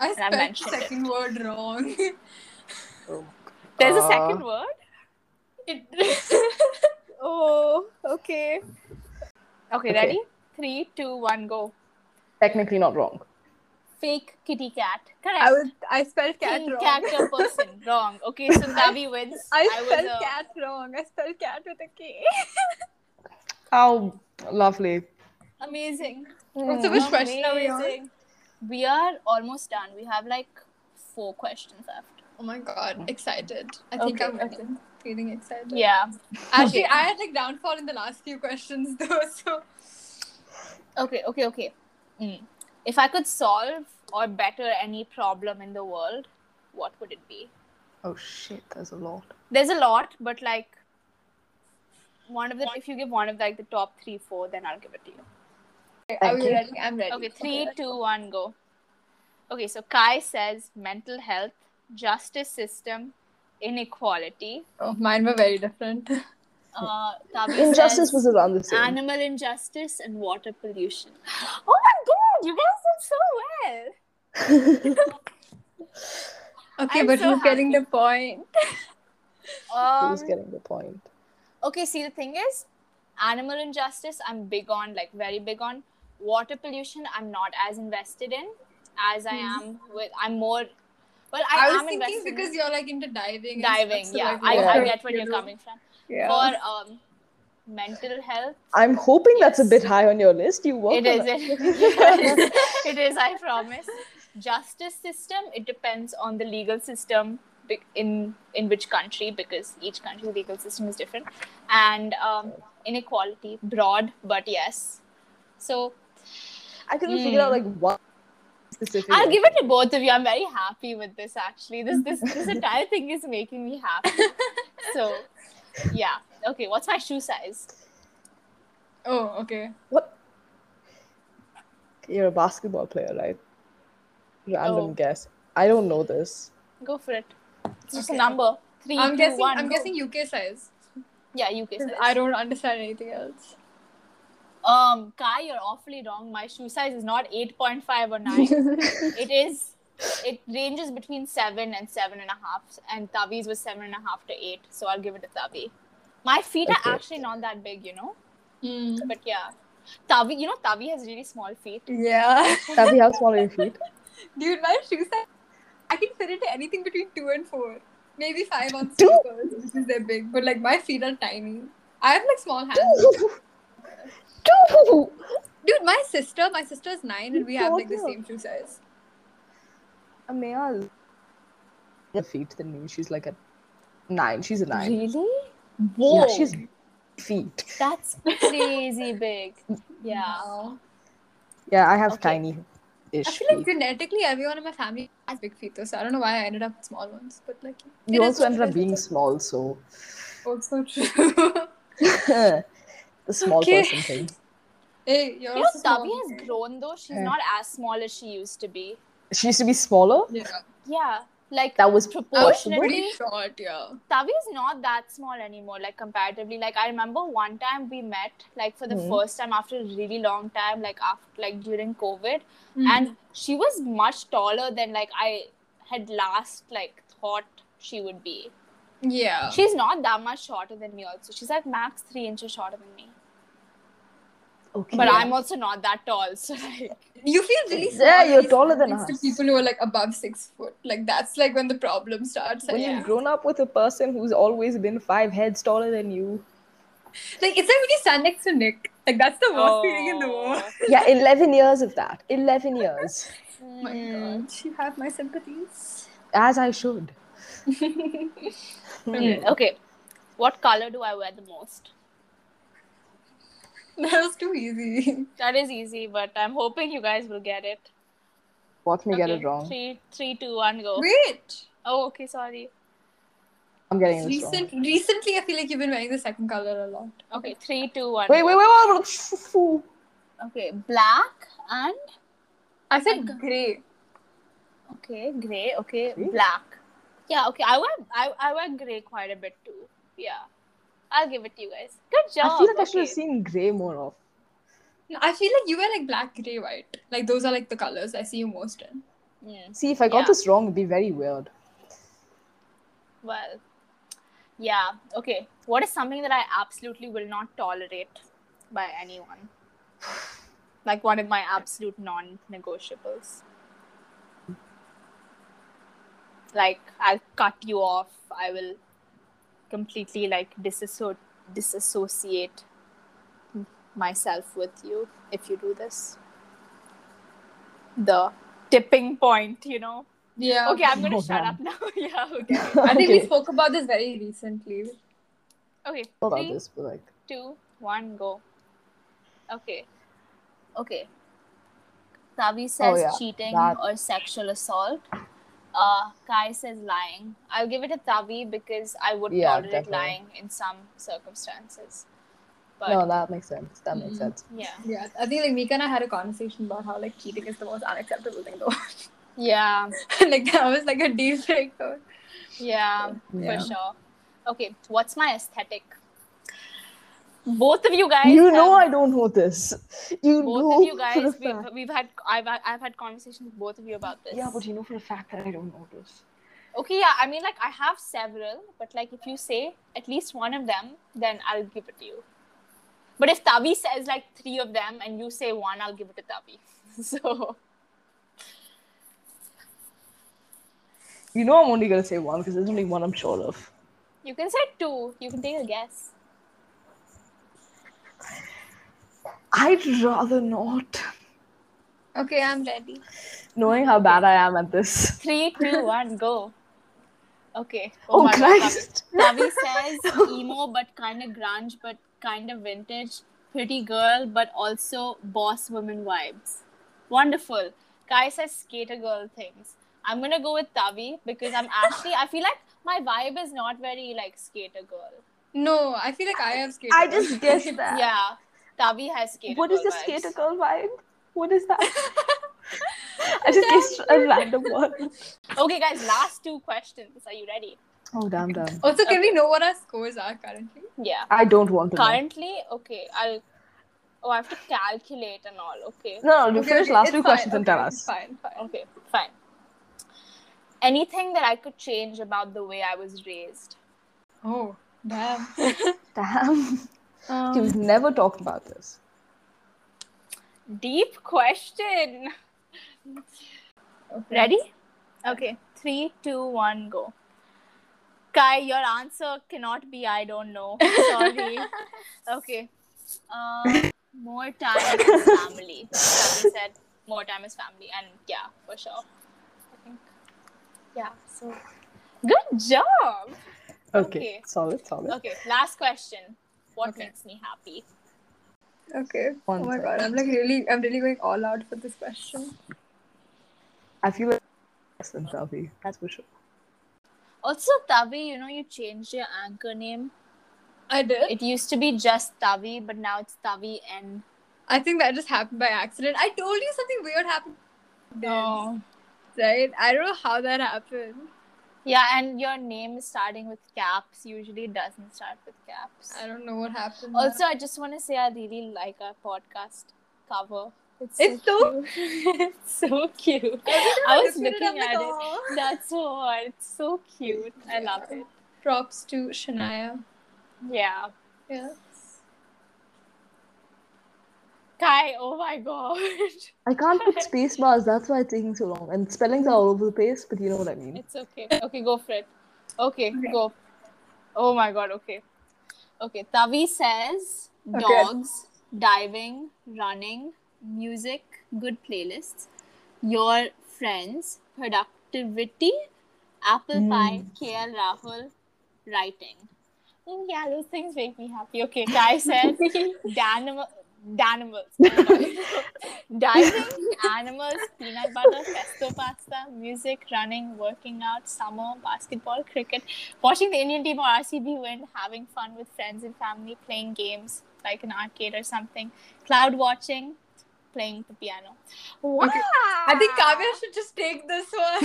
I
I
spelled
mentioned
the second word wrong.
<laughs>
Oh.
There's a
Uh,
second word. <laughs>
It-
Oh, okay. Okay,
Okay.
ready? Three, two, one, go.
Technically not wrong.
Fake kitty cat. Correct.
I was I spelled cat
King
wrong.
character person. Wrong. Okay, so Tavi wins.
<laughs> I
was
spelled
a-
cat wrong. I spelled cat with a K.
Oh.
How lovely.
Amazing.
So which question are we on?
Hmm, Amazing. We are almost done. We have like four questions left.
Oh my god, excited. I think
Okay,
I'm winning. feeling excited.
Yeah.
Actually, I had like downfall in the last few questions <laughs> though, so
Okay, okay, okay. Mm. If I could solve or better any problem in the world, what would it be?
Oh shit, there's a lot.
There's a lot, but like one of the if you give one of like the top three, four, then I'll give it to you.
are
Thank
we
you.
ready? I'm ready.
Okay, three, two, one, go. Okay, so Kai says mental health, justice system, inequality.
Oh, mine were very different. <laughs>
Uh, Tavi
Injustice
says
was around the same. <laughs>
animal injustice and water pollution. Oh my god, you guys did so well.
Okay,
I'm
but
so
who's getting the point?
Who's
Um,
getting the point?
okay, see the thing is, animal injustice I'm big on, like very big on. Water pollution I'm not as invested in as I
Hmm.
am with. I'm more. Well, I,
I, was
am
thinking
invested
because
in
you're like into diving. and
diving.
stuff, so,
Yeah,
like,
I, I
water
get where you're
do.
coming from.
Yeah.
For um, mental health,
I'm hoping that's a bit high on your list. You work
it is
on
<laughs> it. it is i promise justice system it depends on the legal system be- in in which country because each country's legal system is different and um, inequality broad but yes so
<laughs> I couldn't
Mm.
figure out like what specific.
i'll give it to both of you i'm very happy with this actually this this this entire thing is making me happy so yeah okay what's my shoe size
Oh, okay.
What? You're a basketball player, right? Random
Oh.
guess. I don't know this.
go for it it's just a
Okay.
number Three,
I'm
two,
guessing
one,
I'm
go.
guessing UK size.
yeah uk size.
I don't understand anything else.
Um, Kai, you're awfully wrong. My shoe size is not 8.5 or
<laughs>
9. it is, it ranges between 7 and 7.5. And Tavi's was 7.5 to 8. So I'll give it to Tavi. My feet
Okay.
are actually not that big, you know? But yeah. Tavi, you know, Tavi has really small feet.
Yeah. <laughs>
Tavi, how small are your
<laughs>
feet?
Dude, my shoe size. I can fit into anything between two and four, maybe five on
Two?
sneakers because they're big. But like my feet are tiny. I have like small hands.
<laughs> Two.
Dude, my sister, my sister is nine, and we have like the
Daughter.
same shoe size.
Amayal. The feet than me. She's like a nine. She's a nine.
Really?
Yeah,
Whoa.
she's feet.
That's <laughs> crazy big. Yeah.
Wow.
Yeah, I have
Okay.
tiny ish.
I feel like genetically, everyone in my family has big feet, though. So I don't know why I ended up with small ones, but like it
you
is
also
what
ended
it
up
is.
being small, so
also oh, true. <laughs>
the small
Okay.
person thing.
hey, you're
You know,
also
Tavi
small.
has grown though. She's
Yeah.
not as small as she used to be.
She used to be smaller.
Yeah.
Yeah. Like
That was
proportionately.
Pretty short, yeah.
Tavi is not that small anymore, like comparatively. Like I remember one time we met, like for the
Mhm.
first time after a really long time, like after like during COVID,
Hmm.
and she was much taller than like I had last like thought she would be.
Mm. yeah.
She's not that much shorter than me. Also, she's like max three inches shorter than me.
Okay.
But I'm also not that tall, so like
You feel really
Yeah,
small
you're
when
taller than
next
us.
To people who are like above six foot, like that's like when the problem starts. I
When
think.
you've grown up with a person who's always been five heads taller than <laughs> you.
Like it's like when you stand next to Nick. Like that's the worst
Oh.
feeling in the
Oh.
world. <laughs>
Yeah, 11 years of that. 11 years.
Oh
Mm.
my god, you have my sympathies. <laughs>
As I should.
Mm, okay. What color do I wear the most?
That was too
<laughs>
easy.
That is easy, but I'm hoping you guys will get it.
Watch me get
Okay,
it wrong.
Three, three, two, one, go.
Wait.
Oh, okay, sorry.
I'm getting this wrong.
Recent, recently, I feel like you've been wearing the second color a lot.
Okay, three, two, one.
Wait, wait, wait, wait.
Okay, black and
I said grey.
okay, gray. Okay,
Grey?
black. Yeah. Okay, I wear I, I wear gray quite a bit too. Yeah, I'll give it to you guys. Good job.
I feel like I should have
okay.
seen Grey more of.
No, I feel like you wear like black, grey, white. Like those are like the colors I see you most in.
Mm,
See, if I got
Yeah.
this wrong, it'd be very weird.
well, yeah. Okay. What is something that I absolutely will not tolerate by anyone? Like one of my absolute non-negotiables. Like I'll cut you off. I will completely like disasso- disassociate myself with you if you do this. The tipping point, you know.
Yeah.
Okay, I'm gonna
Oh,
shut
yeah.
up now. <laughs> yeah. Okay.
I think we
<laughs> Okay.
spoke about this very recently.
Okay.
Not about
three,
this, but like,
two, one, go. Okay. Okay. Tavi says
Oh, yeah,
cheating
that-
or sexual assault. Uh, Kai says lying. I'll give it to Tavi because I would
Yeah,
tolerate
definitely.
lying in some circumstances. But Mm-hmm.
no, that makes sense. That makes sense.
yeah.
Yeah. I think like Mika and I had a conversation about how like cheating is the most unacceptable thing though.
Yeah.
<laughs> like that was like a deal breaker.
Yeah,
Yeah.
for sure. Okay, what's my aesthetic? Both of you guys
You know
have-
I don't know this. You
both
know
of you
for a <laughs>
guys
fact.
we've, we've had I've, I've had conversations with both of you about this
Yeah, but you know for a fact that I don't know this.
okay yeah i mean like i have several but like if you say at least one of them then i'll give it to you but if tavi says like three of them and you say one i'll give it to tavi <laughs> so
You know I'm only gonna say one because there's only one I'm sure of.
you can say two you can take a guess
I'd rather not.
Okay, I'm ready.
Knowing how bad I am at this.
three two one go okay
Oh,
my God, Tavi.
Christ! <laughs>
Tavi says emo but kind of grunge but kind of vintage, pretty girl but also boss woman vibes. Wonderful. Kai says skater girl things. I'm gonna go with Tavi because I'm actually I feel like my vibe is not very like skater girl.
No, I feel like I have skated.
I just guessed that.
Yeah. Tavi has skater
What
girl
is the
vibes.
skater girl vibe? What is that? I just guessed a random one.
Okay guys, last two questions. Are you ready?
Oh damn, damn.
Also, can we know what our scores are currently?
Yeah.
I don't want to. know.
Currently, okay, I'll oh I have to calculate and all. Okay.
No, no, you
Okay,
finish
okay,
last
it's
two
fine,
questions and
okay,
tell
it's
us.
Fine, fine.
Okay, fine. Anything that I could change about the way I was raised.
Oh,
<laughs>
damn.
Damn. You've never talked about this.
Deep question.
Okay.
Ready? Okay, three, two, one, go. Kai, your answer cannot be I don't know. Sorry. <laughs> okay. Uh, more time <laughs> is family. Somebody said more time is family, and yeah, for sure. I think. Yeah, so good job.
Okay.
Okay.
Solid, solid.
Okay, last question. What
Okay.
makes me happy?
Okay.
One
oh my
sec.
god, I'm like really, I'm really going all out for this question.
I feel like less than Tavi. That's for sure.
Also, Tavi, you know, you changed your anchor name.
I did.
It used to be just Tavi, but now it's Tavi N.
I think that just happened by accident. I told you something weird happened. Right? I don't know how that happened.
Yeah, and your name is starting with caps. Usually, it doesn't start with caps.
I don't know what happened.
Also, I just want to say I really like our podcast cover.
It's so
cute. <laughs> it's so cute. I was looking at
"Oh."
it. That's what. It's so cute. I love it.
Props to Shania.
Yeah. <laughs>
Yeah.
Kai, oh my god. <laughs>
I can't
<laughs>
put space bars. That's why it's taking so long. And spellings are all over the place, but you know what I mean.
It's okay. Okay, go for it. Okay, go. Oh my god, okay. Okay, Tavi says
Okay.
dogs, diving, running, music, good playlists, your friends, productivity, apple pie, KL Rahul, writing. Mm, yeah, those things make me happy. Okay, Kai <laughs> says danimal. <laughs> Danimals. Diving, animals, peanut butter, pesto pasta, music, running, working out, summer, basketball, cricket, watching the Indian team or RCB win, having fun with friends and family, playing games like an arcade or something, cloud watching, playing the piano. Wow!
I think Kavya should just take this one.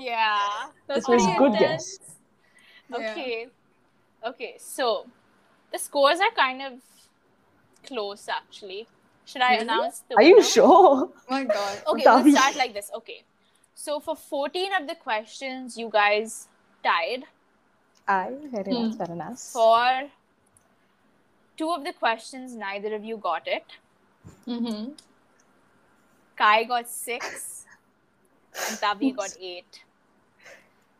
Yeah.
That's
This was
pretty
good
intense.
guess.
Yeah.
Okay. Okay, so the scores are kind of close actually. Should I
Really?
announce the
Are you
winner?
sure?
Oh <laughs> my god.
Okay,
Tavi.
we'll start like this. Okay. So for 14 of the questions, you guys tied.
I very
Hmm.
nice, very nice.
For two of the questions, neither of you got it.
Mm-hmm.
Kai got six,
<laughs>
and Tavi got eight.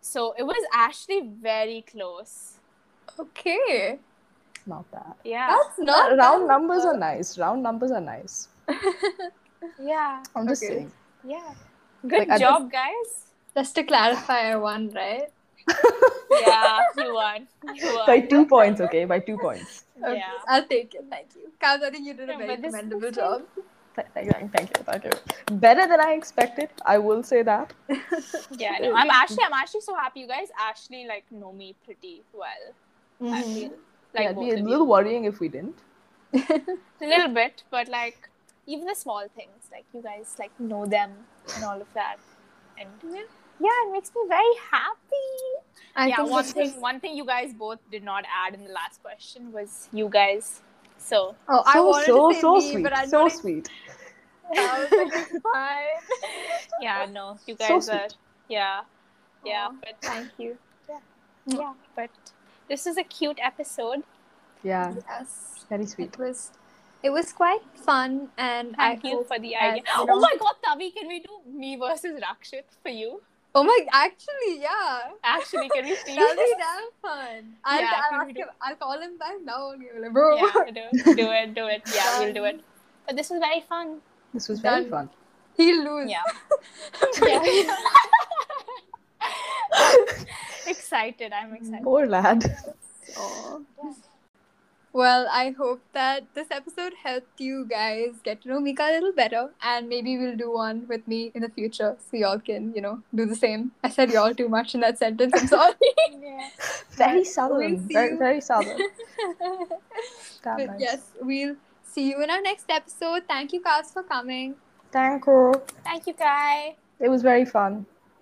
So it was actually very close.
Okay.
Not that.
Yeah.
That's not
Round numbers
uh,
are nice. Round numbers are nice.
Yeah.
I'm just
Okay.
saying.
Yeah. Good
Like, I
job, guys.
<laughs> Just to clarify, I won, right?
Yeah, you won. You won.
<laughs> By two points, okay? By two points.
Okay,
Yeah.
I'll take it. Thank you. Kavya, I think you did a
Yeah,
very
but this is
commendable
the
job.
Th- <laughs> Thank you, thank you, thank you. Better than I expected. I will say that.
Yeah, I know. I'm actually, I'm actually so happy. You guys actually like know me pretty well. I feel like
Mm-hmm. yeah, it'd
both
be a
of
little worrying if we didn't.
you. a little bit, but like even the small things, like you guys like know them and all of that, and yeah, it makes me very happy.
I
yeah,
think
one
this
thing,
was-
one thing you guys both did not add in the last question was you guys.
<laughs>
So
Oh, I
so,
wanted
so,
to say
so
me,
sweet.
but I
so
don't
sweet.
<laughs> yeah, no, you
So
guys
sweet.
are yeah, yeah,
Aw.
but thank you. Yeah, yeah, but this is a cute episode.
Yeah,
Yes.
very sweet.
It was it was quite fun and
Thank
I
you
hope
for the
that,
idea.
you know-
Oh my god, Tavi, can we do me versus Rakshit for you?
Oh my actually yeah.
Actually, can we <laughs> please?
That'll be damn fun. I'll,
Yeah,
I'll
can we
ask
do-
him I'll call him back now only. I'll be like, Bro
yeah, do, do it, do it. Yeah, we'll do it. But this was very fun.
This was very
Done.
fun.
<laughs> he'll lose.
Yeah. <laughs> yeah. <laughs>
<laughs>
excited. I'm excited.
Poor lad.
Well, I hope that this episode helped you guys get to know Mika a little better, and maybe we'll do one with me in the future so y'all can, you know, do the same. I said y'all too much in that sentence. I'm sorry.
<laughs> Yeah.
Very southern.
see
Very,
you.
very
<laughs>
southern. Damn
but
nice.
yes, we'll see you in our next episode. Thank you, guys, for coming.
Thank you.
Thank you, Kai.
It was very fun.